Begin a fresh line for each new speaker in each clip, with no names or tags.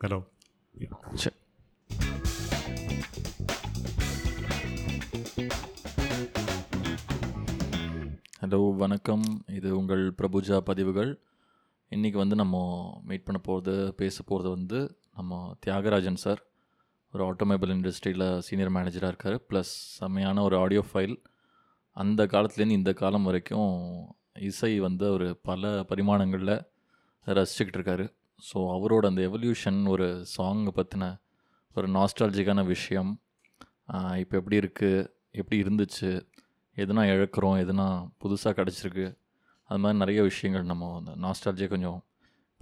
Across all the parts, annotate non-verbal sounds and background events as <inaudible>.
Genau.
Ja. Tschö.
Hello வணக்கம் இது உங்கள் பிரபுஜா பதிவுகள் இன்றைக்கி வந்து நம்ம மீட் பண்ண போகிறது பேச போகிறது வந்து நம்ம தியாகராஜன் சார் ஒரு ஆட்டோமொபைல் இண்டஸ்ட்ரியில் சீனியர் மேனேஜராக இருக்கார் ப்ளஸ் செம்மையான ஒரு ஆடியோ ஃபைல் அந்த காலத்துலேருந்து இந்த காலம் வரைக்கும் இசை வந்து ஒரு பல பரிமாணங்களில் ரசிச்சுக்கிட்டு இருக்காரு ஸோ அவரோட அந்த எவல்யூஷன் ஒரு சாங் பற்றின ஒரு நாஸ்டாலஜிக்கான விஷயம் இப்போ எப்படி இருக்குது எப்படி இருந்துச்சு எதுனா இழக்கிறோம் எதுனா புதுசாக கிடச்சிருக்கு அது மாதிரி நிறைய விஷயங்கள் நம்ம அந்த நாஸ்டாலஜியை கொஞ்சம்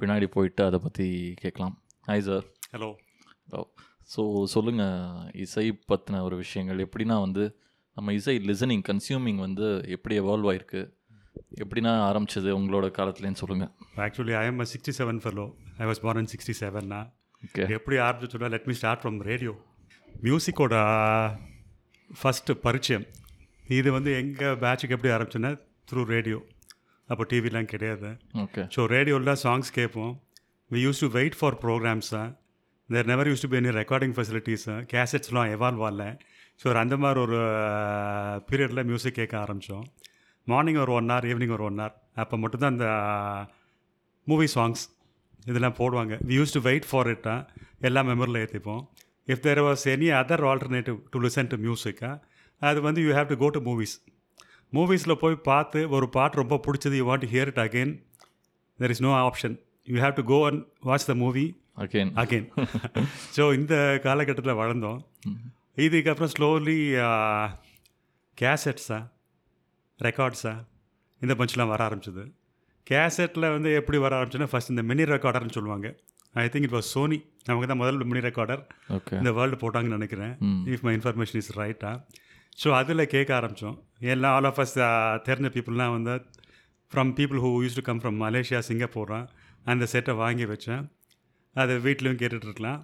பின்னாடி போயிட்டு அதை பற்றி கேட்கலாம் ஹாய் சார்
ஹலோ
ஸோ சொல்லுங்கள் இசை பற்றின ஒரு விஷயங்கள் எப்படின்னா வந்து நம்ம இசை லிசனிங் கன்சியூமிங் வந்து எப்படி எவால்வ் ஆயிருக்கு எப்படின்னா ஆரம்பிச்சது உங்களோட காலத்துலேன்னு சொல்லுங்கள்
actually I am a sixty seven fellow I was born in sixty செவன்னா
ஓகே
எப்படி ஆரம்பிச்சு சொன்னால் let me start from radio மியூசிக்கோட ஃபஸ்ட்டு uh, பரிச்சயம் இது வந்து எங்கள் பேட்சுக்கு எப்படி ஆரம்பிச்சுன்னா த்ரூ ரேடியோ அப்போ டிவிலாம் கிடையாது
ஓகே
ஸோ ரேடியோவில் சாங்ஸ் கேட்போம் we use to wait for programs there never use to be any recording facilities கேசட்ஸ்லாம் எவால்வ் ஆகல ஸோ ஒரு அந்த மாதிரி ஒரு uh, பீரியடில் மியூசிக் கேட்க ஆரம்பித்தோம் மார்னிங் ஒரு ஒன் ஹவர் ஈவினிங் ஒரு ஒன் ஹவர் அப்போ மட்டும்தான் அந்த மூவி சாங்ஸ் uh, இதெல்லாம் போடுவாங்க we use to wait for இட்டா uh, எல்லா மெமரியில் ஏற்றிப்போம் if there was any other alternative to listen to மியூசிக்கா uh, அது வந்து you have to go to movies மூவிஸில் போய் பார்த்து ஒரு பாட்டு ரொம்ப பிடிச்சது you want hear it again there is no option you have to go and watch the movie
again
again so இந்த காலகட்டத்தில் வளர்ந்தோம் இதுக்கப்புறம் uh, ஸ்லோலி கேசட்ஸா ரெக்கார்ட்ஸா இந்த பஞ்செலாம் வர ஆரம்பிச்சது கேசட்டில் வந்து எப்படி வர ஆரம்பிச்சுன்னா ஃபஸ்ட் இந்த மினி ரெக்கார்டர்னு சொல்லுவாங்க I think it was Sony நமக்கு தான் முதல்ல மினி ரெக்கார்டர்
ஓகே
இந்த வேர்ல்டு போட்டாங்கன்னு நினைக்கிறேன் இஃப் மை இன்ஃபர்மேஷன் இஸ் ரைட்டா ஸோ அதில் கேட்க ஆரம்பித்தோம் எல்லாம் ஆல் ஆஃப் அஸ் uh, தெரிஞ்ச பீப்புளெலாம் வந்து from people who use to come from Malaysia சிங்கப்பூரா அந்த செட்டை வாங்கி வச்சேன் அதை வீட்லேயும் கேட்டுட்டு இருக்கலாம்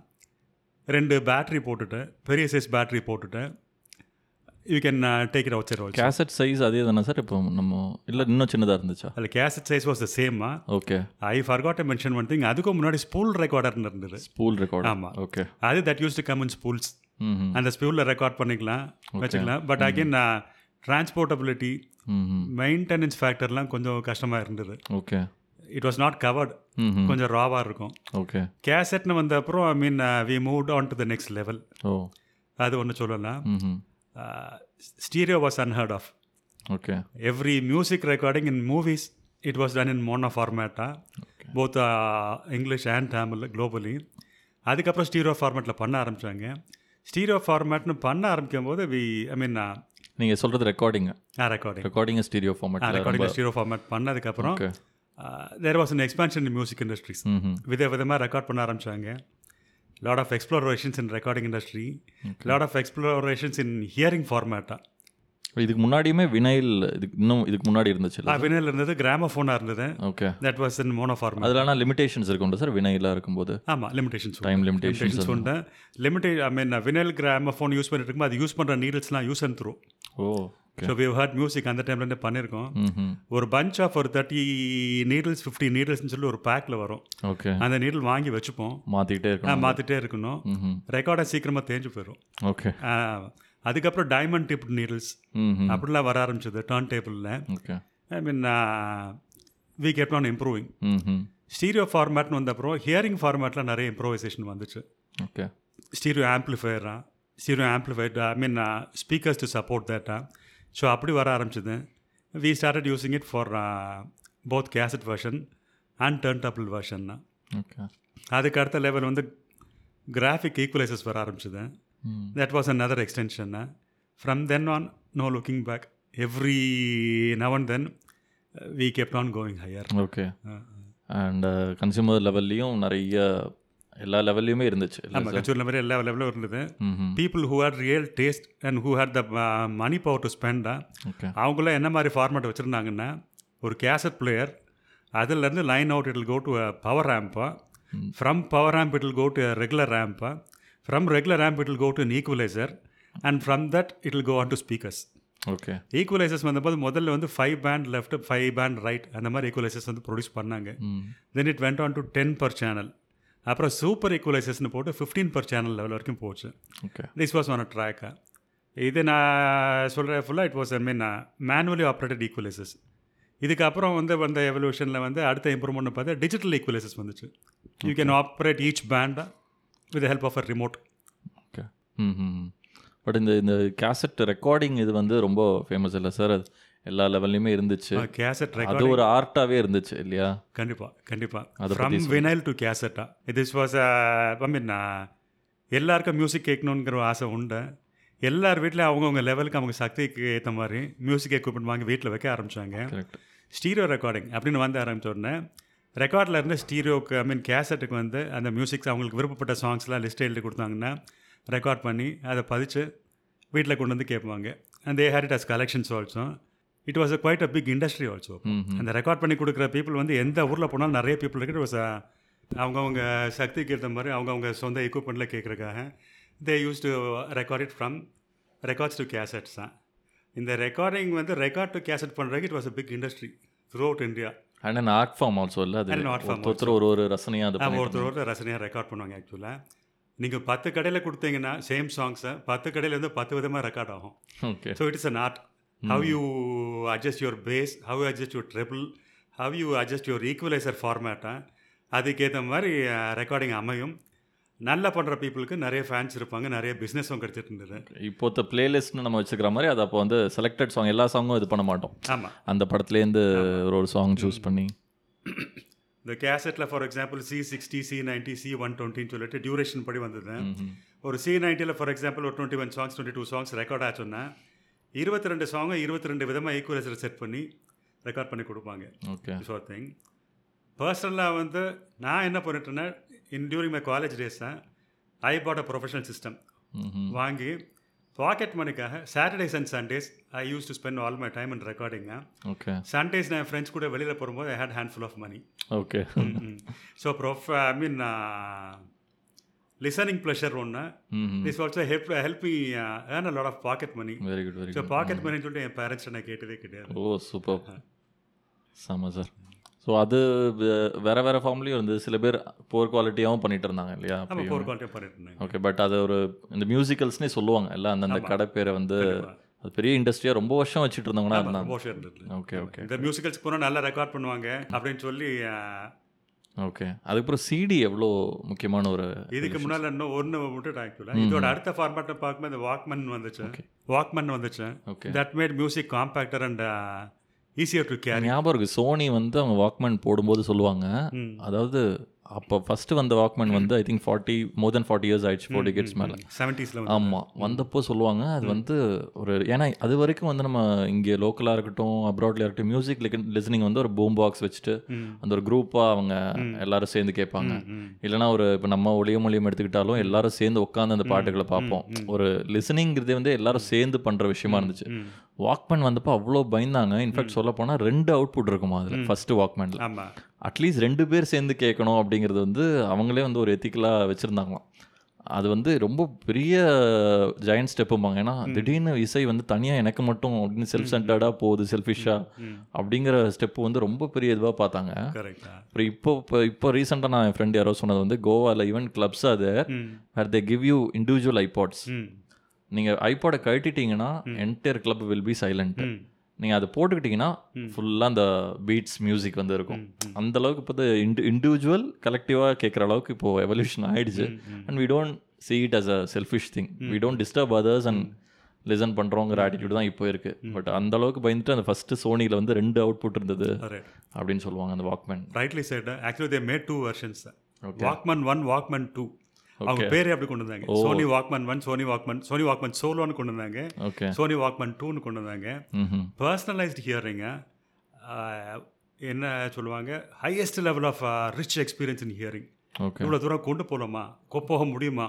ரெண்டு பேட்ரி போட்டுட்டேன் பெரிய சைஸ் பேட்ரி போட்டுட்டேன் you can take it outside also
cassette size அதே தானே சார் இப்போ நம்ம இல்லை இன்னும் சின்னதாக இருந்துச்சா
அதில் கேசட் சைஸ் வாஸ் த சேமா
okay
I forgot mention one thing அதுக்கும் முன்னாடி ஸ்பூல் ரெக்கார்டர்னு இருந்தது
ஸ்பூல் ரெக்கார்ட்
ஆமா.
ஓகே
அது that use to come in spools
ம்
அந்த ஸ்பியூலில் ரெக்கார்ட் பண்ணிக்கலாம் வச்சுக்கலாம் பட் அகைன் டிரான்ஸ்போர்ட்டபிலிட்டி
ம்
மெயின்டெனன்ஸ் ஃபேக்டர்லாம் கொஞ்சம் கஷ்டமாக இருந்தது
okay
it was not covered
ம்
கொஞ்சம் ராவாக இருக்கும்
ஓகே
கேசட்னு வந்த அப்புறம் I mean we moved on to the next level
ஓ
அது ஒன்று சொல்லலாம் Uh,
ம்
stereo was unheard of
okay
every music recording in movies it was done in mono ஃபார்மேட்டா both English and Tamil globally அதுக்கப்புறம் ஸ்டீரியோ ஃபார்மேட்டில் பண்ண ஆரம்பித்தாங்க ஸ்டீரியோ ஃபார்மேட்னு பண்ண ஆரம்பிக்கும் போது வி ஐ மீன்
நீங்கள் சொல்கிறது ரெக்கார்டிங்
ரெக்கார்டிங்
ரெக்கார்டிங் ஸ்டீரியோ ஃபார்மேட்டில்
ரெக்கார்டிங் ஸ்டீரோ ஃபார்மேட் பண்ணதுக்கப்புறம் ah,
okay
there was an expansion in music industries
ம்
வித விதமாக ரெக்கார்ட் பண்ண ஆரம்பிச்சாங்க lot of explorations in recording industry lot of explorations in hearing ஃபார்மேட்டாக
இதுக்கு முன்னாடியுமே வினைல் இதுக்கு இன்னும் இதுக்கு முன்னாடி இருந்துச்சு
வினையில் இருந்தது கிராமஃபோனாக இருந்தது
okay
that was in mono format
அதில் ஆனால் லிமிடேஷன்ஸ் இருக்கும்ல சார் வினைலாக இருக்கும்போது
ஆமாம் லிமிடேஷன்ஸ்
டைம் லிமிடேஷன்ஸ்
லிமிடேஷன்ஸ் உண்டு லிமிடே I mean vinyl gramophone use பண்ணிட்டு இருக்கும்போது அது யூஸ் பண்ணுற நீடல்ஸ்லாம் use and through
O okay
so we've heard music அந்த டைம்லேருந்தே பண்ணியிருக்கோம்
ம்
ஒரு பஞ்ச் ஆஃப் ஒரு தேர்ட்டி நீடல்ஸ் ஃபிஃப்டி நீடல்ஸ்னு சொல்லி ஒரு பேக்கில் வரும்
ஓகே
அந்த நீடில் வாங்கி வச்சுப்போம்
மாற்றிக்கிட்டே இருக்கணும் Mm-hmm.
மாற்றிட்டே இருக்கணும்
ம்
ரெக்கார்டை சீக்கிரமாக தேஞ்சு போயிடும்
ஓகே
ஆ, அதுக்கப்புறம் டைமண்ட் டிப் நீடில்ஸ்
ம்
அப்படிலாம் வர ஆரம்பிச்சது டர்ன் டேபிளில்
okay
I mean we get on improving
ம்
ஸ்டீரியோ ஃபார்மேட்னு வந்தப்புறம் ஹியரிங் ஃபார்மேட்டில் நிறைய இம்ப்ரோவைசேஷன் வந்துச்சு
ஓகே
ஸ்டீரியோ ஆம்ப்ளிஃபையரா stereo amplified I mean speakers to support தேட்டா ஸோ அப்படி வர ஆரம்பிச்சது we started using it for both cassette version and turn double வெர்ஷன்னா
ஓகே
அதுக்கு அடுத்த லெவல் வந்து கிராஃபிக் ஈக்குவலைசஸ் வர ஆரம்பிச்சது
ம்
that was another extension from then on no looking back every now and then we kept on going higher
okay and consumer லெவல்லையும் uh, நிறைய எல்லா லெவல்லையுமே இருந்துச்சு Mm-hmm.
நம்ம கச்சூரில் மாதிரி எல்லா லெவலும் இருந்தது
ம்
people who had real taste and who had the money power to ஸ்பெண்டா
ஓகே
அவங்களாம் என்ன மாதிரி ஃபார்மேட் வச்சுருந்தாங்கன்னா ஒரு கேசட் பிளேயர் அதுலேருந்து line out இட்டில் go to power ஆம்பா from power amp இட்டில் go to regular ஆம்பா from regular amp இட்டில் go to equaliser and from that இட்டில் go on to speakers
okay
equalisers வந்தபோது முதல்ல வந்து five band left five band right அந்த மாதிரி equalisers வந்து produce பண்ணாங்க
ம்
then it went on to ten per channel அப்புறம் super ஈக்குவலைசஸ்னு போட்டு ஃபிஃப்டீன் பர் சேனல் லெவல் வரைக்கும் போச்சு
okay
this was one track இது நான் சொல்கிற ஃபுல்லாக it was I mean manually operated equalisers இதுக்கப்புறம் வந்து வந்த எவல்யூஷனில் வந்து அடுத்த இம்ப்ரூவ்மெண்ட் பார்த்தா டிஜிட்டல் ஈக்குவலைசஸ் வந்துச்சு you can operate each band with help of a remote
okay ம் பட் இந்த இந்த கேசட் ரெக்கார்டிங் இது வந்து ரொம்ப ஃபேமஸ் இல்லை சார் அது எல்லா லெவல்லையுமே இருந்துச்சு
Oh, கேசட்
அது ஒரு ஆர்ட்டாகவே இருந்துச்சு இல்லையா
கண்டிப்பாக கண்டிப்பாக
அத
ஃப்ரம் வினைல் டு கேசட்டா திஸ் வாஸ் ஐ மீன் எல்லாருக்கும் மியூசிக் கேட்கணுங்கிற ஆசை உண்டு எல்லார் வீட்டில் அவங்கவுங்க லெவலுக்கு அவங்க சக்திக்கு ஏற்ற மாதிரி மியூசிக் எக்யூப்மெண்ட் வாங்கி வீட்டில் வைக்க ஆரம்பித்தாங்க
கரெக்ட்
ஸ்டீரியோ ரெக்கார்டிங் அப்படின்னு வந்து ஆரம்பிச்ச உடனே ரெக்கார்டில் இருந்து ஸ்டீரியோக்கு ஐ மீன் கேசட்டுக்கு வந்து அந்த மியூசிக்ஸ் அவங்களுக்கு விருப்பப்பட்ட சாங்ஸ்லாம் லிஸ்ட் எழுதி கொடுத்தாங்கன்னா ரெக்கார்ட் பண்ணி அதை பதிச்சு வீட்டில் கொண்டு வந்து கேட்பாங்க அந்த ஏ ஹேரிட் as collections also it was a quite a big industry also அந்த ரெக்கார்ட் பண்ணி கொடுக்குற பீப்புள் வந்து எந்த ஊரில் போனாலும் நிறைய பீப்புள் இருக்கு வாஸ் அவங்கவுங்க சக்திக்கு ஏற்ற மாதிரி அவங்கவுங்க சொந்த எக்யூப்மெண்ட்டில் கேட்குறக்காக they use to record it from records to cassettes தான் இந்த ரெக்கார்டிங் வந்து ரெக்கார்ட் டு கேசட் பண்ணுறதுக்கு it was a big industry throughout India
and and art form also இல்லை அது
And an art form
ஒருத்தர் ஒரு ஒரு ரசனையாக அது பண்ணிட்டு
ஒருத்தர் ஒருத்தர் ரசனையாக ரெக்கார்ட் பண்ணுவாங்க ஆக்சுவலாக நீங்கள் பத்து கடையில் கொடுத்தீங்கன்னா சேம் சாங்ஸை பத்து கடையிலேருந்து பத்து விதமாக ரெக்கார்ட் ஆகும்
okay
so it is an art how you adjust your bass how you adjust your treble how you adjust your equalizer format ஆ? அதுக்கேற்ற மாதிரி ரெக்கார்டிங் அமையும் நல்லா பண்ணுற பீப்புளுக்கு நிறைய ஃபேன்ஸ் இருப்பாங்க நிறைய பிஸ்னஸும் கிடச்சிட்டு இருந்தது
இப்போத்த பிளேலிஸ்ட்னு நம்ம வச்சுக்கிற மாதிரி அது அப்போ வந்து செலக்டட் சாங் எல்லா சாங்கும் இது பண்ண மாட்டோம்
ஆமாம்
அந்த படத்துலேருந்து ஒரு ஒரு சாங் சூஸ் பண்ணி
இந்த கேசட்டில் for example C sixty C ninety C one டுவெண்ட்டின்னு சொல்லிட்டு டியூரேஷன் படி வந்தது ஒரு சி நைன்ட்டியில் ஃபார் எக்ஸாம்பிள் ஒரு twenty one songs twenty two songs record ஆச்சுன்னா இருபத்தி ரெண்டு சாங்கை இருபத்தி ரெண்டு விதமாக ஈக்குவலைசர் செட் பண்ணி ரெக்கார்ட் பண்ணி கொடுப்பாங்க
ஓகே
ஸோ திங் பர்சனலாக வந்து நான் என்ன பண்ணிட்டேன்னா in during my college days தான் I bought a professional system வாங்கி பாக்கெட் மணிக்காக Saturdays and Sundays I use to spend all my time and ரெக்கார்டிங்க
ஓகே
சண்டேஸ் நான் ஃப்ரெண்ட்ஸ் கூட வெளியில் போகும்போது I had handful of money
okay
so prof I mean uh, listening pleasure ஒன்று
Mm-hmm.
This also help help me earn a lot of pocket money
very good very
so
good
pocket மணின்னு சொல்லிட்டு என் parents நான் கேட்டதே கிடையாது
oh super செம sir so அது வே- வேற வேற ஃபார்ம்லேயும் இருந்தது சில பேர் போர் குவாலிட்டியாகவும் பண்ணிட்டு இருந்தாங்க இல்லையா
நம்ம போர் குவாலிட்டியாக பண்ணிட்டு இருந்தாங்க
ஓகே பட் அது ஒரு இந்த மியூசிக்கல்ஸ்னே சொல்லுவாங்க எல்லாம் அந்தந்த கடை பேரை வந்து
கண்டிப்பா.
அது பெரிய இண்டஸ்ட்ரியாக ரொம்ப வருஷம் வச்சுட்டு இருந்தவங்கன்னா இருந்தாங்க
மோஷன் இருந்தது
ஓகே ஓகே
இந்த மியூசிக்கல்ஸ் போனால் நல்லா ரெக்கார்ட் பண்ணுவாங்க அப்படின்னு சொல்லி அஹ்,
ஓகே அதுக்கப்புறம் சிடி எவ்வளோ முக்கியமான ஒரு
இதுக்கு முன்னால் இன்னும் ஒன்று விட்டுட்டு ஆக்சுவலாக இதோட அடுத்த ஃபார்மேட்டை பார்க்கும்போது இந்த வாக்மன் வந்துச்சு
Okay.
வாக்மன் வந்துச்சு
okay
that made music compacter and easier to carry
ஞாபகம் இருக்குது சோனி வந்து அவங்க வாக்மேன் போடும்போது சொல்லுவாங்க அதாவது அப்போ ஃபஸ்ட்டு வந்த வாக்மேன் வந்து I think forty more then forty years ஆயிடுச்சு ஃபோர் டிகெட்ஸ் மேலே
செவன்ட்டீஸில் வந்து
ஆமாம் வந்தப்போ சொல்லுவாங்க அது வந்து ஒரு ஏன்னா அது வரைக்கும் வந்து நம்ம இங்கே லோக்கலாக இருக்கட்டும் அப்ராட்ல இருக்கட்டும் மியூசிக் லிசனிங் வந்து ஒரு பூம் பாக்ஸ் வச்சுட்டு
ம்.
அந்த ஒரு குரூப்பாக அவங்க எல்லாரும் சேர்ந்து கேட்பாங்க
ம்.
இல்லைனா ஒரு இப்போ நம்ம ஒளிய மொழியம் எடுத்துக்கிட்டாலும் எல்லாரும் சேர்ந்து உட்காந்து அந்த பாட்டுகளை பார்ப்போம் ஒரு லிசனிங்கிறதே வந்து எல்லாரும் சேர்ந்து பண்ணுற விஷயமா இருந்துச்சு
ம்.
வாக்மேன் வந்தப்போ அவ்வளோ பயந்தாங்க இன்ஃபேக்ட் சொல்ல போனால் ரெண்டு அவுட்புட் இருக்குமா அதில் ஃபஸ்ட்டு வாக்மேனில்
ஆமாம்
அட்லீஸ்ட் ரெண்டு பேர் சேர்ந்து கேட்கணும் அப்படிங்கிறது வந்து அவங்களே வந்து ஒரு எத்திக்கலாக வச்சுருந்தாங்களாம் அது வந்து ரொம்ப பெரிய ஜெயண்ட் ஸ்டெப்பும்பாங்க ஏன்னா திடீர்னு இசை வந்து தனியாக எனக்கு மட்டும் அப்படின்னு செல்ஃப் சென்டர்டாக போகுது செல்ஃபிஷாக அப்படிங்கிற ஸ்டெப்பு வந்து ரொம்ப பெரிய இதுவாக பார்த்தாங்க
கரெக்டா
அப்புறம் இப்போ இப்போ இப்போ ரீசெண்டாக நான் என் ஃப்ரெண்ட் யாரோ சொன்னது வந்து கோவாவில் ஈவன் கிளப்ஸ் அது
ம்
where they give you individual iPods
ம்
நீங்கள் ஐபாடை கழட்டிட்டீங்கன்னா entire club will be silent
ம்.
நீங்கள் அதை போட்டுக்கிட்டிங்கன்னா ஃபுல்லாக அந்த பீட்ஸ் மியூசிக் வந்து இருக்கும் அந்த அளவுக்கு இப்போ இண்டு இண்டிவிஜுவல் கலெக்டிவாக கேட்குற அளவுக்கு இப்போ எவல்யூஷன் ஆயிடுச்சு and we don't see it as a selfish thing we don't disturb others and listen பண்ணுறோங்கிற ஆட்டிடியூட் தான் இப்போ இருக்குது பட் அந்த அளவுக்கு பயந்துட்டு அந்த ஃபஸ்ட்டு சோனியில் வந்து ரெண்டு அவுட்புட் இருந்தது
கரெக்ட்
அப்படின்னு சொல்லுவாங்க அந்த Walkman
rightly side actually they made two versions
Okay.
Walkman one Walkman two அவங்க பேரே அப்படி கொண்டு வந்தாங்க Sony Walkman one Sony Walkman Sony Walkman சோலோன்னு கொண்டு வந்தாங்க
ஓகே
சோனி வாக்மன் டூன்னு கொண்டு வந்தாங்க
ம்
பர்சனலைஸ்டு ஹியரிங்க என்ன சொல்லுவாங்க highest level of rich experience in hearing
okay
இவ்வளோ தூரம் கொண்டு போகலாமா கொ- போக முடியுமா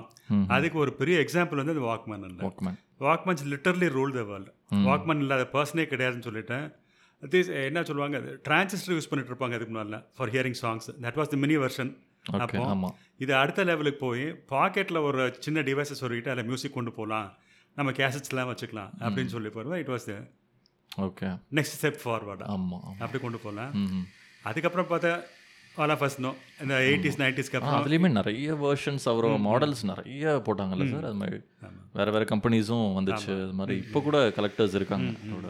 அதுக்கு ஒரு பெரிய எக்ஸாம்பிள் வந்து அது வாக்மேன் இல்லை
Walkman
Walkmans literally rule the world Walkman இல்லாத பர்சனே கிடையாதுன்னு சொல்லிட்டேன் திஸ் என்ன சொல்லுவாங்க டிரான்சிஸ்டர் யூஸ் பண்ணிட்டு இருப்பாங்க அதுக்கு முன்னால for hearing songs that was the mini version
okay ஆமாம்
இது அடுத்த லெவலுக்கு போய் பாக்கெட்டில் ஒரு சின்ன டிவைஸை சொல்லிட்டு அதில் மியூசிக் கொண்டு போகலாம் நம்ம கேசட்ஸ்லாம் வச்சுக்கலாம் அப்படின்னு சொல்லி போகிறதா it was the
okay
next step ஃபார்வர்டாக
ஆமாம்
அப்படி கொண்டு போகலாம்
ம்
அதுக்கப்புறம் பார்த்தா ஆல் ஆஃப் அஸ் நோ இந்த எயிட்டிஸ் நைன்டிஸ்க்கு அப்புறம்
அதுலேயுமே நிறைய வேர்ஷன்ஸ் அவரோட மாடல்ஸ் நிறைய போட்டாங்கல்ல சார் அது மாதிரி வேறு வேறு கம்பெனிஸும் வந்துச்சு அது மாதிரி இப்போ கூட கலெக்டர்ஸ் இருக்காங்க அதோட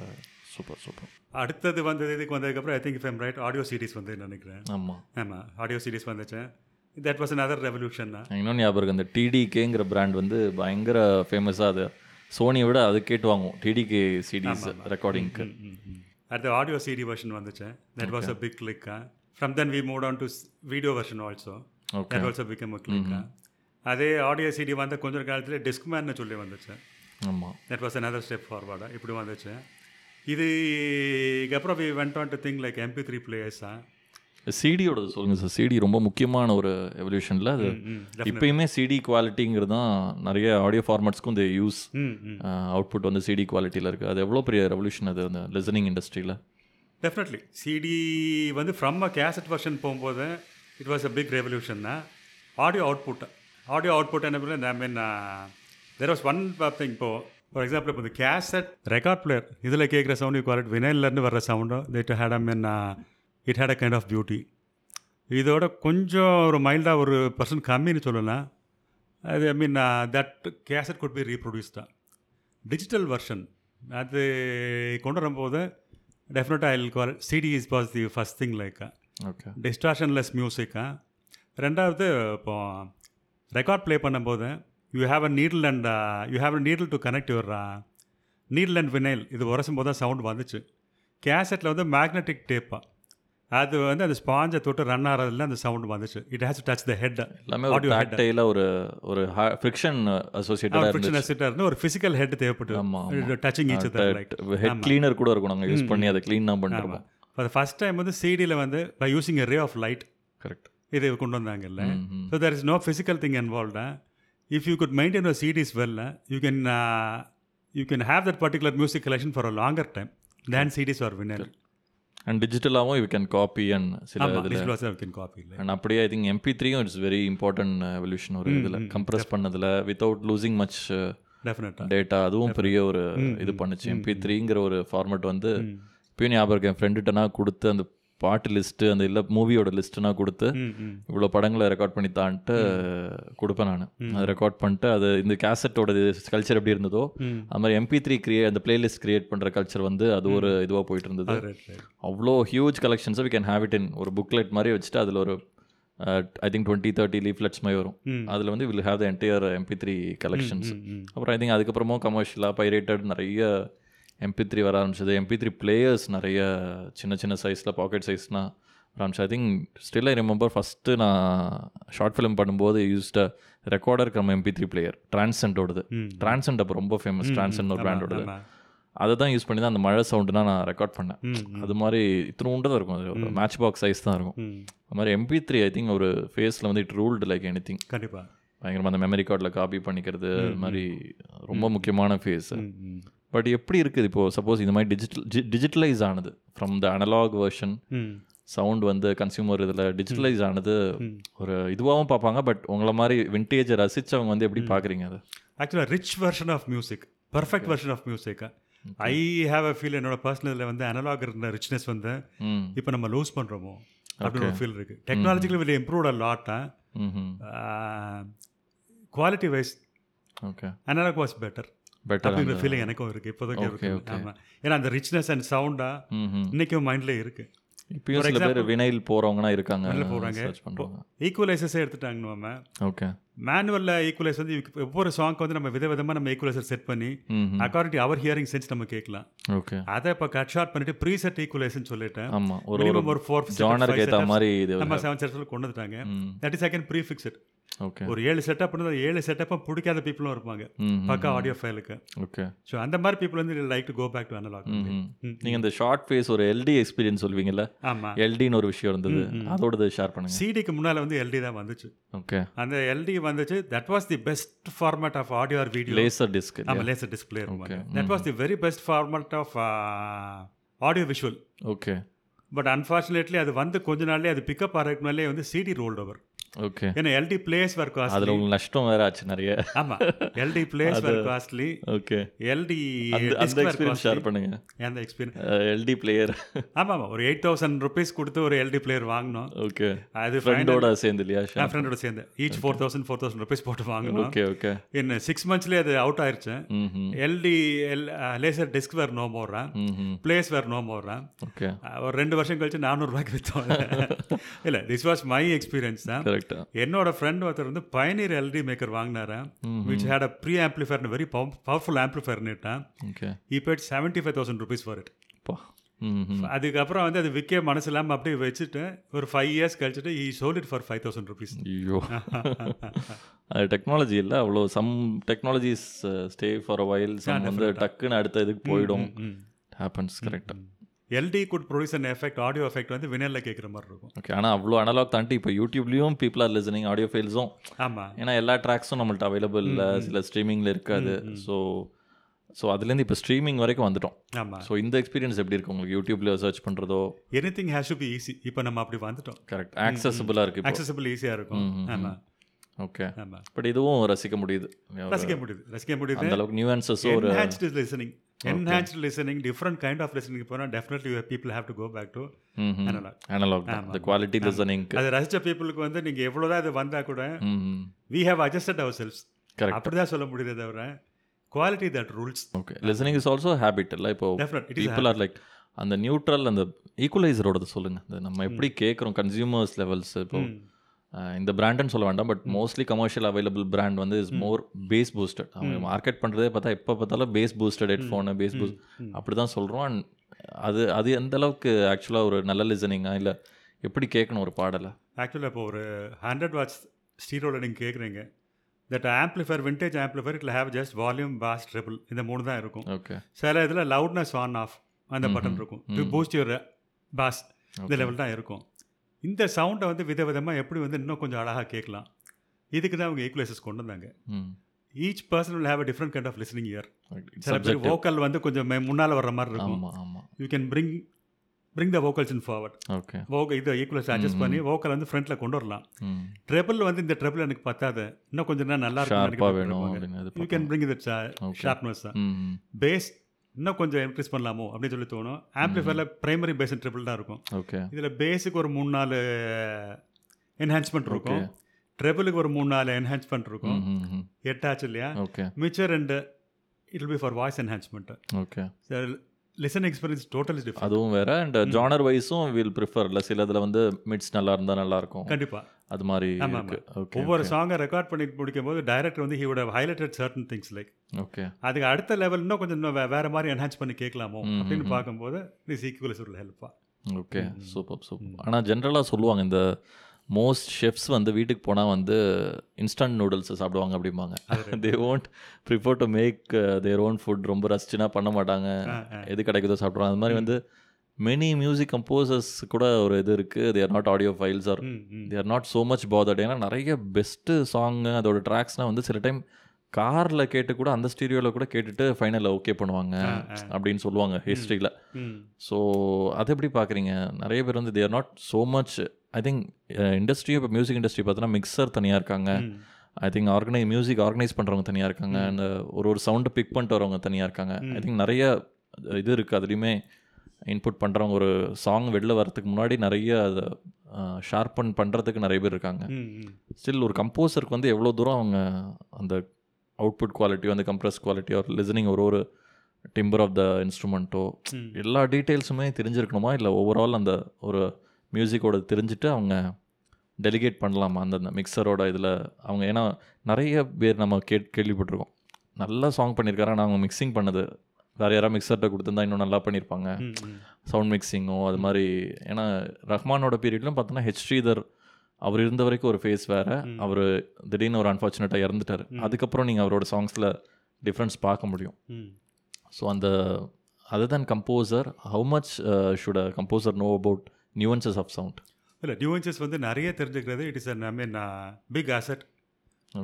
சூப்பர் சூப்பர்
அடுத்தது வந்தது இதுக்கு வந்ததுக்கப்புறம் I think fame right audio CDs வந்து நினைக்கிறேன்
ஆமாம்
ஆமாம் ஆடியோ சிடிஸ் வந்துச்சு தட் வாஸ் another ரெவல்யூஷன் தான்
இன்னொன்று ஞாபகம் இருக்கு அந்த டிடிகேங்கிற பிராண்ட் வந்து பயங்கர ஃபேமஸாக அது சோனியை விட அது கேட்டு வாங்குவோம் டிடிகே சிடிஸ் ரெக்கார்டிங்க்கு
அடுத்த ஆடியோ சிடி வெர்ஷன் வந்துச்சு தட் வாஸ் அ பிக் கிளிக்கா from then we move on to video version also
Okay.
That also become a கிளிக்கா அதே ஆடியோ சிடி வந்த கொஞ்ச காலத்தில் டிஸ்க்மேன்னு சொல்லி வந்துச்சு
ஆமாம்
தட் வாஸ் another ஸ்டெப் ஃபார்வர்டாக இப்படி வந்துச்சு இதுக்கப்புறம் we went on to thing like MP three பிளேயர்ஸாக
சிடியோட சொல்லுங்கள் சார் சிடி ரொம்ப முக்கியமான ஒரு எவல்யூஷனில் அது இப்பயுமே சிடி குவாலிட்டிங்கிறது தான் நிறைய ஆடியோ ஃபார்மேட்ஸ்க்கும் இந்த யூஸ்
ம் ம்
அவுட்புட் வந்து சிடி குவாலிட்டியில் இருக்குது அது எவ்வளோ பெரிய ரெவல்யூஷன் அது அந்த லிசனிங் இண்டஸ்ட்ரியில்
டெஃபினெட்லி சிடி வந்து ஃப்ரம் அ கேசட் வெர்ஷன் போகும்போது இட் வாஸ் அ பிக் ரெவல்யூஷன்னா ஆடியோ அவுட்புட் ஆடியோ அவுட்புட் என்ன I mean there was one thing இப்போ ஃபார் எக்ஸாம்பிள் இப்போ இந்த கேசட் ரெக்கார்ட் பிளேயர் இதில் கேட்குற சவுண்டு குவாலிட்டி வினைலேருந்து வர்ற சவுண்டும் it had I mean it had a kind of beauty இதோட கொஞ்சம் ஒரு மைல்டாக ஒரு பர்சன்ட் கம்மின்னு சொல்லலாம் அது I mean that cassette could be reproduced தான் டிஜிட்டல் வெர்ஷன் அது கொண்டு வரும்போது டெஃபினட்டாக I call CD is boss the first thing like
okay
distortionless மியூசிக்கா ரெண்டாவது இப்போ ரெக்கார்ட் ப்ளே பண்ணும்போது you have a needle and you have a needle to connect your needle and vinyl இது உரசும் போது தான் சவுண்ட் வந்துச்சு கேசட்டில் வந்து மேக்னெட்டிக் டேப்பா அது வந்து அந்த ஸ்பாஞ்சை தொட்டு ரன் ஆகிறதுல அந்த சவுண்ட் வந்துச்சு it has touch the head
எல்லாமே ஒரு டேக்டைல ஒரு ஒரு ஃப்ரிக்ஷன் அசோசியேட்டடாக இருந்துச்சு
இருந்து ஒரு ஃபிசிக்கல் ஹெட்
ஆமா,
தேவைப்பட்டு touching each other like
head cleaner கூட இருக்கும் நாங்கள் யூஸ் பண்ணி அதை க்ளீன் தான் பண்ணிருக்கோம்
ஃபார் த ஃபஸ்ட் டைம் வந்து சிடியில் வந்து by using a ray of light
correct
இது கொண்டு வந்தாங்கல்ல
ம்ஹும்.
So there is no physical thing இன்வால்வ்டா if you good maintain your CDs வெல்ல you can you can have that particular music collection for a longer time then CDs are winner
and டிஜிட்டலாகவும் you can copy and சில இதில்
can copy இல்லை
and அப்படியே I think MP த்ரீயும் it's very important evolution uh, ஒரு இதில் compress பண்ணதில் without losing much
டெஃபினட்டாக
data uh, அதுவும் பெரிய ஒரு இது பண்ணுச்சு எம்பி த்ரீங்கிற ஒரு ஃபார்மேட் வந்து இப்பயும் ஞாபகம் இருக்கு என் ஃப்ரெண்டுகிட்டனா கொடுத்து அந்த பாட்டு லிஸ்ட்டு அந்த இல்லை மூவியோட லிஸ்ட்டுனா கொடுத்து
ம் ம்
இவ்வளோ படங்களை ரெக்கார்ட் பண்ணி தான்ட்டு கொடுப்பேன் நான் அதை ரெக்கார்ட் பண்ணிட்டு அது இந்த கேசட்டோட கல்ச்சர் எப்படி இருந்ததோ
ம்.
அது மாதிரி எம்பி த்ரீ கிரியே அந்த பிளேலிஸ்ட் கிரியேட் பண்ணுற கல்ச்சர் வந்து அது ஒரு இதுவாக போயிட்டு இருந்தது
ரைட் ரைட்
அவ்வளோ ஹியூஜ் கலெக்ஷன்ஸை we can have it in ஒரு புக்லெட் மாதிரி வச்சுட்டு அதில் ஒரு uh, I think twenty thirty leaflets மாதிரி வரும்
ம்.
அதில் வந்து will have the entire MP three collections
ம், ம்.
அப்புறம் ஐ திங்க் அதுக்கப்புறமும் கமர்ஷியலாக பைரேட்டட் நிறைய எம்பி த்ரீ வர ஆரம்பிச்சது எம்பி த்ரீ பிளேயர்ஸ் நிறைய சின்ன சின்ன சைஸில் பாக்கெட் சைஸ்னா ஆரம்பிச்சு I think still I remember first நான் ஷார்ட் ஃபிலிம் பண்ணும்போது யூஸ்ட ரெக்கார்டர் கிரம எம்பி த்ரீ பிளேயர் ட்ரான்சென்டோடது
ம்.
ட்ரான்சென்ட் அப்போ ரொம்ப ஃபேமஸ் ட்ரான்சென்ட் ஒரு பிராண்டோடது
ஆமா.
அதை தான் யூஸ் பண்ணி தான் அந்த மழை சவுண்டுனா நான் ரெக்கார்ட் பண்ணேன்
ம்,
அது மாதிரி இத்தினூண்டு தான் இருக்கும் மேட்ச் பாக்ஸ் சைஸ் தான் இருக்கும்
ம்
அது மாதிரி எம்பி த்ரீ ஐ திங்க் ஒரு ஃபேஸில் வந்து it ruled like anything
கண்டிப்பாக
பயங்கரமாக அந்த மெமரி கார்டில் காப்பி பண்ணிக்கிறது அது மாதிரி ரொம்ப முக்கியமான ஃபேஸ்
ம் ம்
பட் எப்படி இருக்குது இப்போது சப்போஸ் இந்த மாதிரி டிஜிட்டல் டிஜிட்டலைஸ் ஆனது ஃப்ரம் த அனலாக் வெர்ஷன்
ம்
சவுண்ட் வந்து கன்சியூமர் இதில் டிஜிட்டலைஸ் ஆனது ஒரு இதுவாகவும் பார்ப்பாங்க பட் உங்களை மாதிரி விண்டேஜை ரசிச்சவங்க வந்து எப்படி பார்க்குறீங்க அதை
ஆக்சுவலாக rich version of music perfect version of music I have a feel என்னோட பர்சனலில் வந்து அனலாக் இருந்த ரிச்னஸ் வந்து
ம்
இப்போ நம்ம லூஸ் பண்ணுறோமோ அப்படின்னு ஒரு ஃபீல் இருக்குது டெக்னாலஜிக்கல் வில் இம்ப்ரூவ்ட் அ லாட்டா
ம்
Uh, quality wise
okay
analogue was better
better
அப்படிங்கிற ஃபீலிங் எனக்கும் இருக்குது இப்போதைக்கு இருக்குது ஆமாம் ஏன்னா அந்த ரிச்னஸ் அண்ட் சவுண்டாக
ம் ம்
இன்றைக்கும் மைண்டில் இருக்குது
இப்பயும் சில பேர் வினைல் போகிறவங்கனா இருக்காங்க
போறாங்க.
சர்ச் பண்ணுறாங்க
ஈக்குவலைசஸே எடுத்துட்டாங்க நம்ம
ஓகே
மேனுவலில் ஈக்குவலைஸ் வந்து ஒவ்வொரு சாங்க்கு வந்து நம்ம விதவிதமா நம்ம ஈக்குவலைசர் செட் பண்ணி
ம்
according to our hearing sense நம்ம கேட்கலாம்
ஓகே
அதை இப்போ கட் ஷார்ட் பண்ணிட்டு ப்ரீ செட் ஈக்குவலைஸ்னு சொல்லிட்டேன்
ஆமாம் ஒரு ஒரு
மினிமம் ஒரு ஃபோர்
ஜானருக்கு ஏற்ற மாதிரி இது
நம்ம செவன் செட்ஸில் கொண்டு வந்துட்டாங்க
ம்
that is again prefixed
okay
ஒரு ஏழு செட்டப் பண்ணது ஏழு செட்டப்பும் பிடிக்காத பீப்புளும் இருப்பாங்க
ம்
பக்கா ஆடியோ ஃபைலுக்கு
ஓகே
ஸோ அந்த மாதிரி பீப்புள் வந்து like to go back to analogue
நீங்க இந்த ஷார்ட் ஃபேஸ் ஒரு எல்டி எக்ஸ்பீரியன்ஸ் சொல்வீங்கல்ல
ஆமா
எல்டின்னு ஒரு விஷயம் இருந்தது அதோடது ஷேர் பண்ணுங்க
சிடிக்கு முன்னால வந்து எல்டி தான் வந்துச்சு
ஓகே
அந்த எல்டி வந்துச்சு that was the best format of audio or video
laser disc
ஆமா laser display that was the very best format of uh, audio visual
okay
but unfortunately அது வந்து கொஞ்ச நாள்லயே அது பிக்கப் ஆகிறதுக்கு முன்னாலே வந்து சிடி ரோல்ட் ஓவர்
ஓகே
ஏன்னா எல்டி பிளேஸ் வேர்
அதில்
காஸ்ட்லி
உங்களுக்கு நஷ்டம் வேற ஆச்சு நிறைய
ஆமாம் LD place were costly
okay
LD
அந்த அந்த எக்ஸ்பீரியன்ஸ் ஷேர் பண்ணுங்க
அந்த எக்ஸ்பீரியன்ஸ்
எல்டி பிளேயர்
ஆமாம் ஆமாம் ஒரு எயிட் தௌசண்ட் ருபீஸ் கொடுத்து ஒரு எல்டி பிளேயர் வாங்கினோம்
ஓகே
அது
ஃப்ரெண்டோட சேர்ந்து இல்லையா ஷேர்
ஃப்ரெண்டோட சேர்ந்து each four thousand four thousand rupees போட்டு வாங்கினோம்
ஓகே ஓகே
என்ன சிக்ஸ் மந்த்ஸ்லேயே அது அவுட் ஆயிருச்சு
ம்
எல்டி எல் லேசர் டிஸ்க் வேறு நோ போடுறேன்
ம்
பிளேஸ் வேறு நோ போடுறேன்
ஓகே
ஒரு ரெண்டு வருஷம் கழிச்சு நானூறுரூவாய்க்கு விற்றோம்
<laughs>
இல்லை திஸ் வாஸ் மை எக்ஸ்பீரியன்ஸ் தான்
கரெக்டா
என்னோட ஃப்ரெண்ட் ஒருத்தர் வந்து பயனீர் எல்டி மேக்கர் வாங்கினாரு விச் ஹேட் அ ப்ரீ ஆம்பிளிஃபயர்னு வெரி பவர்ஃபுல் ஆம்பிளிஃபயர்னுட்டான்
okay
he paid seventy five thousand rupees for it
பா ம்
அதுக்கப்புறம் வந்து அது விற்க மனசு இல்லாமல் அப்படியே வச்சுட்டு ஒரு ஃபைவ் இயர்ஸ் கழிச்சுட்டு he sold it for five thousand rupees
ஐயோ அது டெக்னாலஜி இல்லை அவ்வளோ some technologies stay for while some வந்து டக்குன்னு அடுத்த இதுக்கு போயிடும் ஹேப்பன்ஸ்
Mm-hmm.
கரெக்டாக
LD good produce and effect audio effect வந்து வினலில் கேட்குற மாதிரி இருக்கும்
ஓகே ஆனால் அவ்வளோ அனலாக் தாண்டி இப்போ யூடியூப்லேயும் பீப்புள் ஆர் லிசனிங் ஆடியோ ஃபைல்ஸும்
ஆமாம்
ஏன்னா எல்லா ட்ராக்ஸும் நம்மள்ட்ட அவைலபிள் இல்லை
Mm-hmm.
சில ஸ்ட்ரீமிங்கில் இருக்காது ஸோ ஸோ அதுலேருந்து இப்போ ஸ்ட்ரீமிங் வரைக்கும் வந்துட்டோம்
ஆமாம்
ஸோ இந்த எக்ஸ்பீரியன்ஸ் எப்படி இருக்கு உங்களுக்கு யூடியூப்ல சர்ச் பண்ணுறதோ
anything has to be easy இப்போ நம்ம அப்படி வந்துட்டோம்
கரெக்ட் ஆக்சசபிளாக இருக்கு இப்போ
அக்சசபிள் ஈஸியாக இருக்கும் ஆமாம்
ஓகே
ஆமாம்
பட் இதுவும் ரசிக்க முடியுது
ரசிக்க முடியுது ரசிக்க முடியுது
அந்த அளவுக்கு நியூ ஆன்சர்ஸும் ஒரு
enhanced is listening enhanced listening different kind of listening போனா definitely your people have to go back to analog
analog Mm-hmm. தான் இந்த குவாலிட்டி லிசனிங்க்கு
அது ரசிச்ச பீப்புளுக்கு வந்து நீங்க எவ்வளவுதான் இது வந்தா கூட
ம்
we have adjusted ourselves
Correct.
அப்படிதான் சொல்ல முடியுதே தவிர quality that rules
okay listening is also habit இல்லை இப்போ
Definite. It
people are like அந்த நியூட்ரல் அந்த ஈக்குவலைசரோடது சொல்லுங்க இந்த நம்ம எப்படி கேட்குறோம் கன்சியூமர்ஸ் லெவல்ஸ் இப்போ அஹ், இந்த பிராண்டுன்னு சொல்ல வேண்டாம் but mostly commercial available brand வந்து இஸ் மோர் பேஸ் பூஸ்டட் அவங்க மார்க்கெட் பண்ணுறதே பார்த்தா எப்போ பார்த்தாலும் bass boosted headphone bass boost
Hmm.
அப்படி தான் சொல்கிறோம் அண்ட் அது அது எந்த அளவுக்கு ஆக்சுவலாக ஒரு நல்ல லிசனிங்கா இல்லை எப்படி கேட்கணும் ஒரு பாடலை
ஆக்சுவலாக இப்போ ஒரு ஹண்ட்ரட் வாட்ஸ் ஸ்டீரோவில் நீங்கள் கேட்குறீங்க தட் ஆம்பிளிஃபயர் விண்டேஜ் ஆம்பிளிஃபயர் இட்ல have just volume bass treble இந்த மூணு தான் இருக்கும்
ஓகே
சில இதில் லவுட்னஸ் ஆன் ஆஃப் அந்த பட்டன் இருக்கும் டு பூஸ்ட் யுவர் பாஸ் இந்த லெவல் தான் இருக்கும் இந்த சவுண்டை வந்து விதவிதமாக எப்படி வந்து இன்னும் கொஞ்சம் அழகாக கேட்கலாம் இதுக்கு தான் அவங்க ஈக்குவலைசஸ் கொண்டு வந்தாங்க
ம்
each person will have a different kind of listening ear சில பேர்
சப்ஜெக்ட்
வோக்கல் வந்து கொஞ்சம் முன்னால் வர்ற மாதிரி இருக்கும்
ஆமாம் ஆமாம்
you can bring bring the vocals in forward
okay
வோக இதை ஈக்குவலைஸ் அட்ஜஸ்ட் பண்ணி வோக்கல் வந்து ஃப்ரண்ட்டில் கொண்டு வரலாம்
ம்
ட்ரெபிள் வந்து இந்த ட்ரெபிள் எனக்கு பத்தாது இன்னும் கொஞ்சம் நேரம் நல்லா
ஷார்ப்பாக வேணும்
இருக்கும்
அப்படின்னு இது
you can bring it sharpness தான்
ம்
பேஸ் uh, இன்னும் கொஞ்சம் இன்க்ரீஸ் பண்ணலாமோ அப்படின்னு சொல்லி தோணும் ஆம்பிளிஃபயரில் பிரைமரி பேஸ் ட்ரிபிள் தான் இருக்கும்
ஓகே
இதில் பேஸுக்கு ஒரு மூணு நாலு என்ஹான்ஸ்மெண்ட் இருக்கும் ட்ரெபிளுக்கு ஒரு மூணு நாலு என்ஹான்ஸ்மெண்ட் இருக்கும்
ம்
எட்டாச்சு இல்லையா
ஓகே
மிச்சர் ரெண்டு it be for voice enhancement
okay
listen experience total different
அதுவும் வேற அண்ட் ஜானர் வைஸும் வில் ப்ரிஃபர் இல்லை சில இதில் வந்து மிட்ஸ் நல்லா இருந்தால் நல்லா இருக்கும்
கண்டிப்பாக
அது மாதிரி
ஆமா,
இருக்கு ஓகே
ஒவ்வொரு சாங்கை ரெக்கார்ட் பண்ணி முடிக்கும் போது டைரக்டர் வந்து ஹியோட highlighted certain things like
okay
அதுக்கு அடுத்த லெவல் இன்னும் கொஞ்சம் இன்னும் வே- வேற மாதிரி என்ஹான்ஸ் பண்ணி கேட்கலாமோ அப்படின்னு பார்க்கும்போது திஸ் ஈக்குவல்ஸ் ஒரு ஹெல்ப்பா
ஓகே சூப்பர் சூப்பர் ஆனால் ஜென்ரலாக சொல்லுவாங்க இந்த மோஸ்ட் ஷெஃப்ஸ் வந்து வீட்டுக்கு போனால் வந்து இன்ஸ்டன்ட் நூடுல்ஸ் சாப்பிடுவாங்க அப்படிம்பாங்க they won't prefer to make their own food ரொம்ப ரசிச்சுனா பண்ண மாட்டாங்க எது கிடைக்குதோ சாப்பிடுவாங்க அது மாதிரி வந்து மெனி மியூசிக் கம்போசர்ஸ் கூட ஒரு இது இருக்குது they're not audio files are
ம் ம்
they're not so much bothered ஏன்னா நிறைய பெஸ்ட்டு சாங்கு அதோட ட்ராக்ஸ்லாம் வந்து சில டைம் காரில் கேட்டு கூட அந்த ஸ்டீரியோவில் கூட கேட்டுட்டு ஃபைனலில் ஓகே பண்ணுவாங்க அப்படின்னு சொல்லுவாங்க ஹிஸ்ட்ரியில்
ம்
ஸோ அதை எப்படி பார்க்குறீங்க நிறைய பேர் வந்து they're not so much I think industry இப்போ மியூசிக் இண்டஸ்ட்ரி பார்த்தோன்னா மிக்சர் தனியாக இருக்காங்க ஐ திங்க் ஆர்கனை மியூசிக் ஆர்கனைஸ் பண்ணுறவங்க தனியாக இருக்காங்க அந்த ஒரு ஒரு சவுண்டை பிக் பண்ணிட்டு வரவங்க தனியாக இருக்காங்க ஐ திங்க் நிறைய இது இருக்குது அதுலேயுமே இன்புட் பண்ணுறவங்க ஒரு சாங் வெளில வர்றதுக்கு முன்னாடி நிறைய அதை ஷார்பன் பண்ணுறதுக்கு நிறைய பேர் இருக்காங்க
ம் ம்
ஸ்டில் ஒரு கம்போசருக்கு வந்து எவ்வளோ தூரம் அவங்க அந்த அவுட்புட் குவாலிட்டியோ அந்த கம்ப்ரஸ் குவாலிட்டியோ ஒரு லிசனிங் ஒரு ஒரு டிம்பர் ஆஃப் த இன்ஸ்ட்ருமெண்ட்டோ
ம்.
எல்லா டீட்டெயில்ஸுமே தெரிஞ்சிருக்கணுமா இல்லை ஓவரால் அந்த ஒரு மியூசிக்கோட தெரிஞ்சுட்டு அவங்க டெலிகேட் பண்ணலாமா அந்த அந்த மிக்சரோட இதில் அவங்க ஏன்னா நிறைய பேர் நம்ம கே கேள்விப்பட்டிருக்கோம் நல்லா சாங் பண்ணியிருக்காரு ஆனால் அவங்க மிக்சிங் பண்ணது வேறு யாராவது மிக்சர்கிட்ட கொடுத்துருந்தா இன்னும் நல்லா பண்ணியிருப்பாங்க
ம், ம்.
சவுண்ட் மிக்சிங்கோ அது மாதிரி ஏன்னா ரஹ்மானோட பீரியட்லாம் பார்த்தோன்னா ஹெச் ஸ்ரீதர் அவர் இருந்த வரைக்கும் ஒரு ஃபேஸ் வேறு அவர் திடீர்னு ஒரு அன்ஃபார்ச்சுனேட்டாக இறந்துட்டார் அதுக்கப்புறம் நீங்கள் அவரோட சாங்ஸில் டிஃப்ரென்ஸ் பார்க்க முடியும்
ம்
ஸோ அந்த other than composer how much should a composer know about nuances of sound
இல்லை நியூவன்சஸ் வந்து நிறைய தெரிஞ்சுக்கிறது it is I mean big asset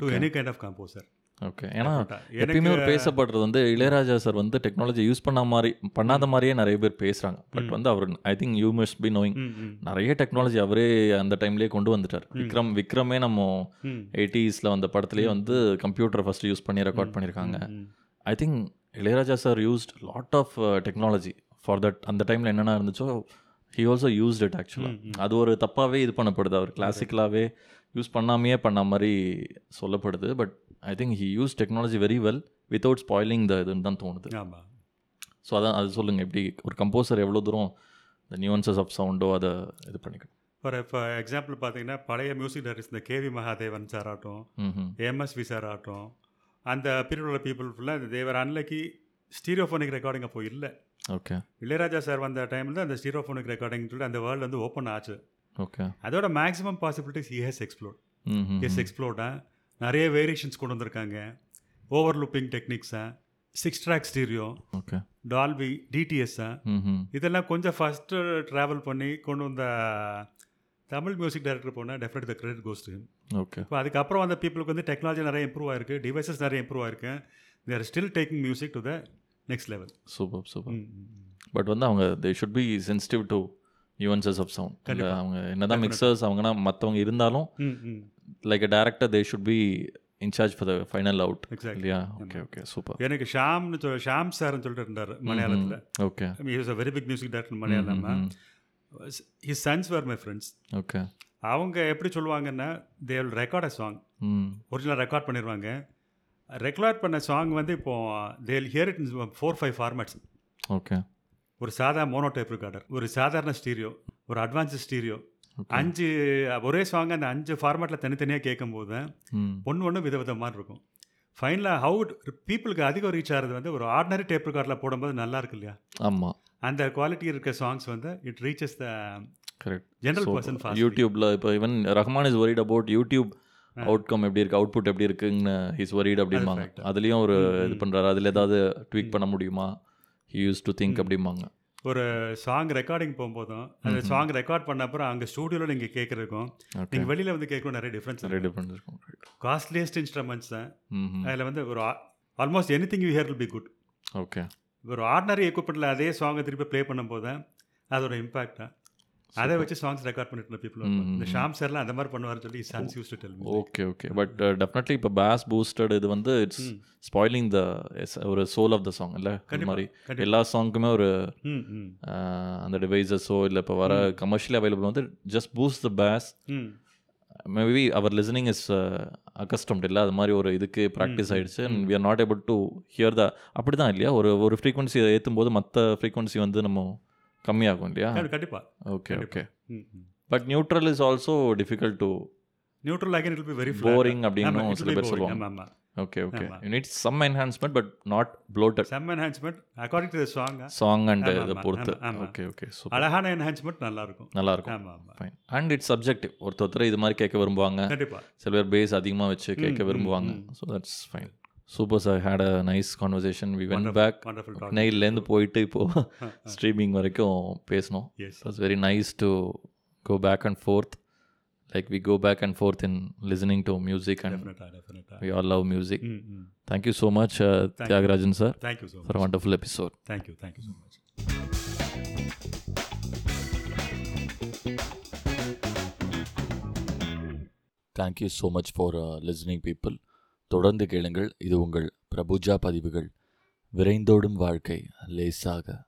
to any kind of composer
okay ஏன்னா
Definitely. எனக்கு-
எப்பயுமே ஒரு பேசப்படுறது வந்து இளையராஜா சார் வந்து டெக்னாலஜி யூஸ் பண்ண மாதிரி பண்ணாத மாதிரியே நிறைய பேர் பேசுகிறாங்க பட் வந்து அவர் I think you must be knowing
ம் ம்
நிறைய டெக்னாலஜி அவரே அந்த டைம்லேயே கொண்டு வந்துட்டார் விக்ரம் விக்ரமே நம்ம
ம்
எயிட்டிஸில் வந்த படத்துலேயே வந்து கம்ப்யூட்டர் ஃபஸ்ட்டு யூஸ் பண்ணி ரெக்கார்ட் பண்ணியிருக்காங்க I think Ilaiyaraaja sir used lot of technology for that அந்த டைமில் என்னென்ன இருந்துச்சோ ஹி ஆல்சோ யூஸ்ட் இட் ஆக்சுவலாக அது ஒரு தப்பாகவே இது பண்ணப்படுது அவர் கிளாசிக்கலாகவே யூஸ் பண்ணாமையே பண்ண மாதிரி சொல்லப்படுது but I think he use technology very well without spoiling the இதுன்னு தான் தோணுது
ஆமாம்
ஸோ அதான் அது சொல்லுங்கள் எப்படி ஒரு கம்போசர் எவ்வளோ தூரம் இந்த நியூன்சஸ் ஆஃப் சவுண்டோ அதை இது பண்ணிக்கணும்
ஃபார் ஃபார் எக்ஸாம்பிள் பார்த்தீங்கன்னா பழைய மியூசிக் டைரக்டர்ஸ் இந்த கேவி மகாதேவன் சார் ஆகட்டும்
ம்
எம்எஸ்வி சார் ஆகட்டும் அந்த பீரியட் உள்ள பீப்புள் ஃபுல்லாக தேவர் அன்லக்கி ஸ்டீரியோஃபோனிக் ரெக்கார்டிங் அப்போ இல்லை
ஓகே
இளையராஜா சார் வந்த டைமில் அந்த ஸ்டீரியோஃபோனிக் ரெக்கார்டிங் சொல்லி அந்த வேர்ல்டு வந்து ஓப்பன் ஆச்சு
ஓகே
அதோட மேக்ஸிமம் பாசிபிலிட்டிஸ் இஎஸ் எக்ஸ்ப்ளோர்
ம்
எஸ் எக்ஸ்ப்ளோர்டாக நிறைய வேரியேஷன்ஸ் கொண்டு வந்திருக்காங்க ஓவர் லுப்பிங் டெக்னிக்ஸாக six track stereo
okay
Dolby டிடிஎஸ்ஸா
ம்
இதெல்லாம் கொஞ்சம் ஃபஸ்ட்டு ட்ராவல் பண்ணி கொண்டு வந்த தமிழ் மியூசிக் டைரக்டர் போனால் definite the credit goes
okay
இப்போ அதுக்கப்புறம் அந்த பீப்புளுக்கு வந்து டெக்னாலஜி நிறைய இம்ப்ரூவ் ஆயிருக்கு டிவைசஸ் நிறைய இம்ப்ரூவ் ஆயிருக்கு they're still taking music to the next level
super super but வந்து அவங்க they should be sensitive to nuances of sound அவங்க என்னதான் மிக்சர்ஸ் அவங்கன்னா மற்றவங்க இருந்தாலும் like director they should be incharge for the final out
Exactly.
இல்லையா okay okay super
எனக்கு ஷாம்னு சொல் ஷாம் சார்னு சொல்லிட்டு இருந்தார் மலையாளத்தில்
okay
is a very big music director Malayalam his sons were my friends
okay
அவங்க எப்படி சொல்லுவாங்கன்னா they will record a song
ம்
ஒரிஜினல் ரெக்கார்ட் பண்ணிடுவாங்க ரெக்கார்ட் பண்ண சாங் வந்து இப்போ they'll hear it in four five formats
okay
ஒரு சாதா மோனோடைப் ரெக்கார்டர் ஒரு சாதாரண ஸ்டீரியோ ஒரு அட்வான்ஸ் ஸ்டீரியோ அஞ்சு ஒரே சாங் அந்த அஞ்சு ஃபார்மேட்டில் தனித்தனியாக கேட்கும்போது தான்
ம்
ஒன்று ஒன்று விதவிதமாக இருக்கும் ஃபைனலாக ஹவு பீப்புளுக்கு அதிகம் ரீச் ஆகிறது வந்து ஒரு ஆர்டினரி டேப் ரெக்கார்டில் போடும்போது நல்லா இருக்கு இல்லையா
ஆமாம்
அந்த குவாலிட்டி இருக்க சாங்ஸ் வந்து it reaches the
correct
general person fast
யூடியூப்ல இப்போ even Rahman is worried about YouTube outcome எப்படி இருக்கு அவுட்புட் எப்படி இருக்குன்னு இஸ் worried அப்படிம்பாங்க அதுலேயும் ஒரு இது பண்றாரு அதில் ஏதாவது ட்வீக் பண்ண முடியுமா ஹி யூஸ் டு திங்க் அப்படிம்பாங்க
ஒரு சாங் ரெக்கார்டிங் போகும்போதும் அந்த சாங் ரெக்கார்ட் பண்ண அப்புறம் அங்கே ஸ்டூடியோவில் நீங்கள் கேட்குறதுக்கும்
ஓகே
நீங்கள் வெளியில் வந்து கேட்கணும் நிறைய டிஃப்ரென்ஸ்
ரெடி பண்ணிருக்கோம்
காஸ்ட்லியஸ்ட் இன்ஸ்ட்ருமெண்ட்ஸ் தான்
ம்
அதில் வந்து ஒரு almost any thing you hear will be good
okay
ஒரு ஆர்டினரி எக்யூப்மெண்ட்டில் அதே சாங்கை திருப்பி ப்ளே பண்ணும்போது தான் அதோட இம்பாக்டாக அதை வச்சு சாங்ஸ் ரெக்கார்ட் பண்ணிட்டு இருந்த people இருப்பாங்க. இந்த ஷாம் சார்லாம் அந்த மாதிரி பண்ணுவாருன்னு சொல்லி sons use to tell me
okay okay but definitely இப்போ பேஸ் பூஸ்டட் இது வந்து இட்ஸ் ஸ்பாயிலிங் த ஒரு சோல் ஆஃப் த சாங் இல்ல அது மாதிரி எல்லா சாங்க்குமே ஒரு
ம் ம்
அஹ், அந்த டிவைசஸோ இல்லை இப்போ வர கமர்ஷியல் அவைலபிள் வந்து ஜஸ்ட் பூஸ்ட் த பேஸ்
ம்
maybe our listening is accustomed இல்லை uh, அது மாதிரி ஒரு இதுக்கு ப்ராக்டிஸ் ஆயிடுச்சு and we are not able to hear the அப்படி தான் இல்லையா ஒரு ஒரு ஃப்ரீக்வன்சியை ஏற்றும் போது மற்ற ஃப்ரீக்வன்சி வந்து நம்ம கம்மியாகும் இல்லையா
கண்டிப்பாக
ஓகே ஓகே
ம் ம்
but neutral is also difficult to
neutral ஆகியன் இட் பி வெரி
போரிங் அப்படின்னு
ஆமாம்
சில பேர் சொல்லுவாங்க
ஆமாம் ஆமாம்
okay okay you need some enhancement but not bloated uh,
some enhancement according to song
song and
ஆமா,
இதை
ஆமா,
பொறுத்து
ஆமா, ஆமா.
ஓகே ஓகே ஸோ
அழகான என்ஹான்ஸ்மெண்ட் நல்லா இருக்கும்
நல்லா இருக்கும்
ஆமாம் ஆமாம்
ஃபைன் அண்ட் இட்ஸ் சப்ஜெக்டிவ் ஒருத்தர் ஒருத்தர் இது மாதிரி கேட்க விரும்புவாங்க
கண்டிப்பாக
சில பேர் பேஸ் அதிகமாக வச்சு கேட்க விரும்புவாங்க so that's fine super sir had a nice conversation we went back
wonderful talk
நெயிலேருந்து போயிட்டு இப்போது ஸ்ட்ரீமிங் வரைக்கும் பேசணும்
yes
it's very nice to go back and forth like we go back and forth in listening to music and
டெஃபினட்டாக டெஃபினட்டாக
we all love music
ம் ம்
thank you so much Thiagarajan sir
thank you so much
for wonderful episode
thank you thank you so much
thank you so much for
uh,
listening people தொடர்ந்து கேளுங்கள் இது உங்கள் பிரபுஜா பதிவுகள் விரைந்தோடும் வாழ்க்கை லேசாக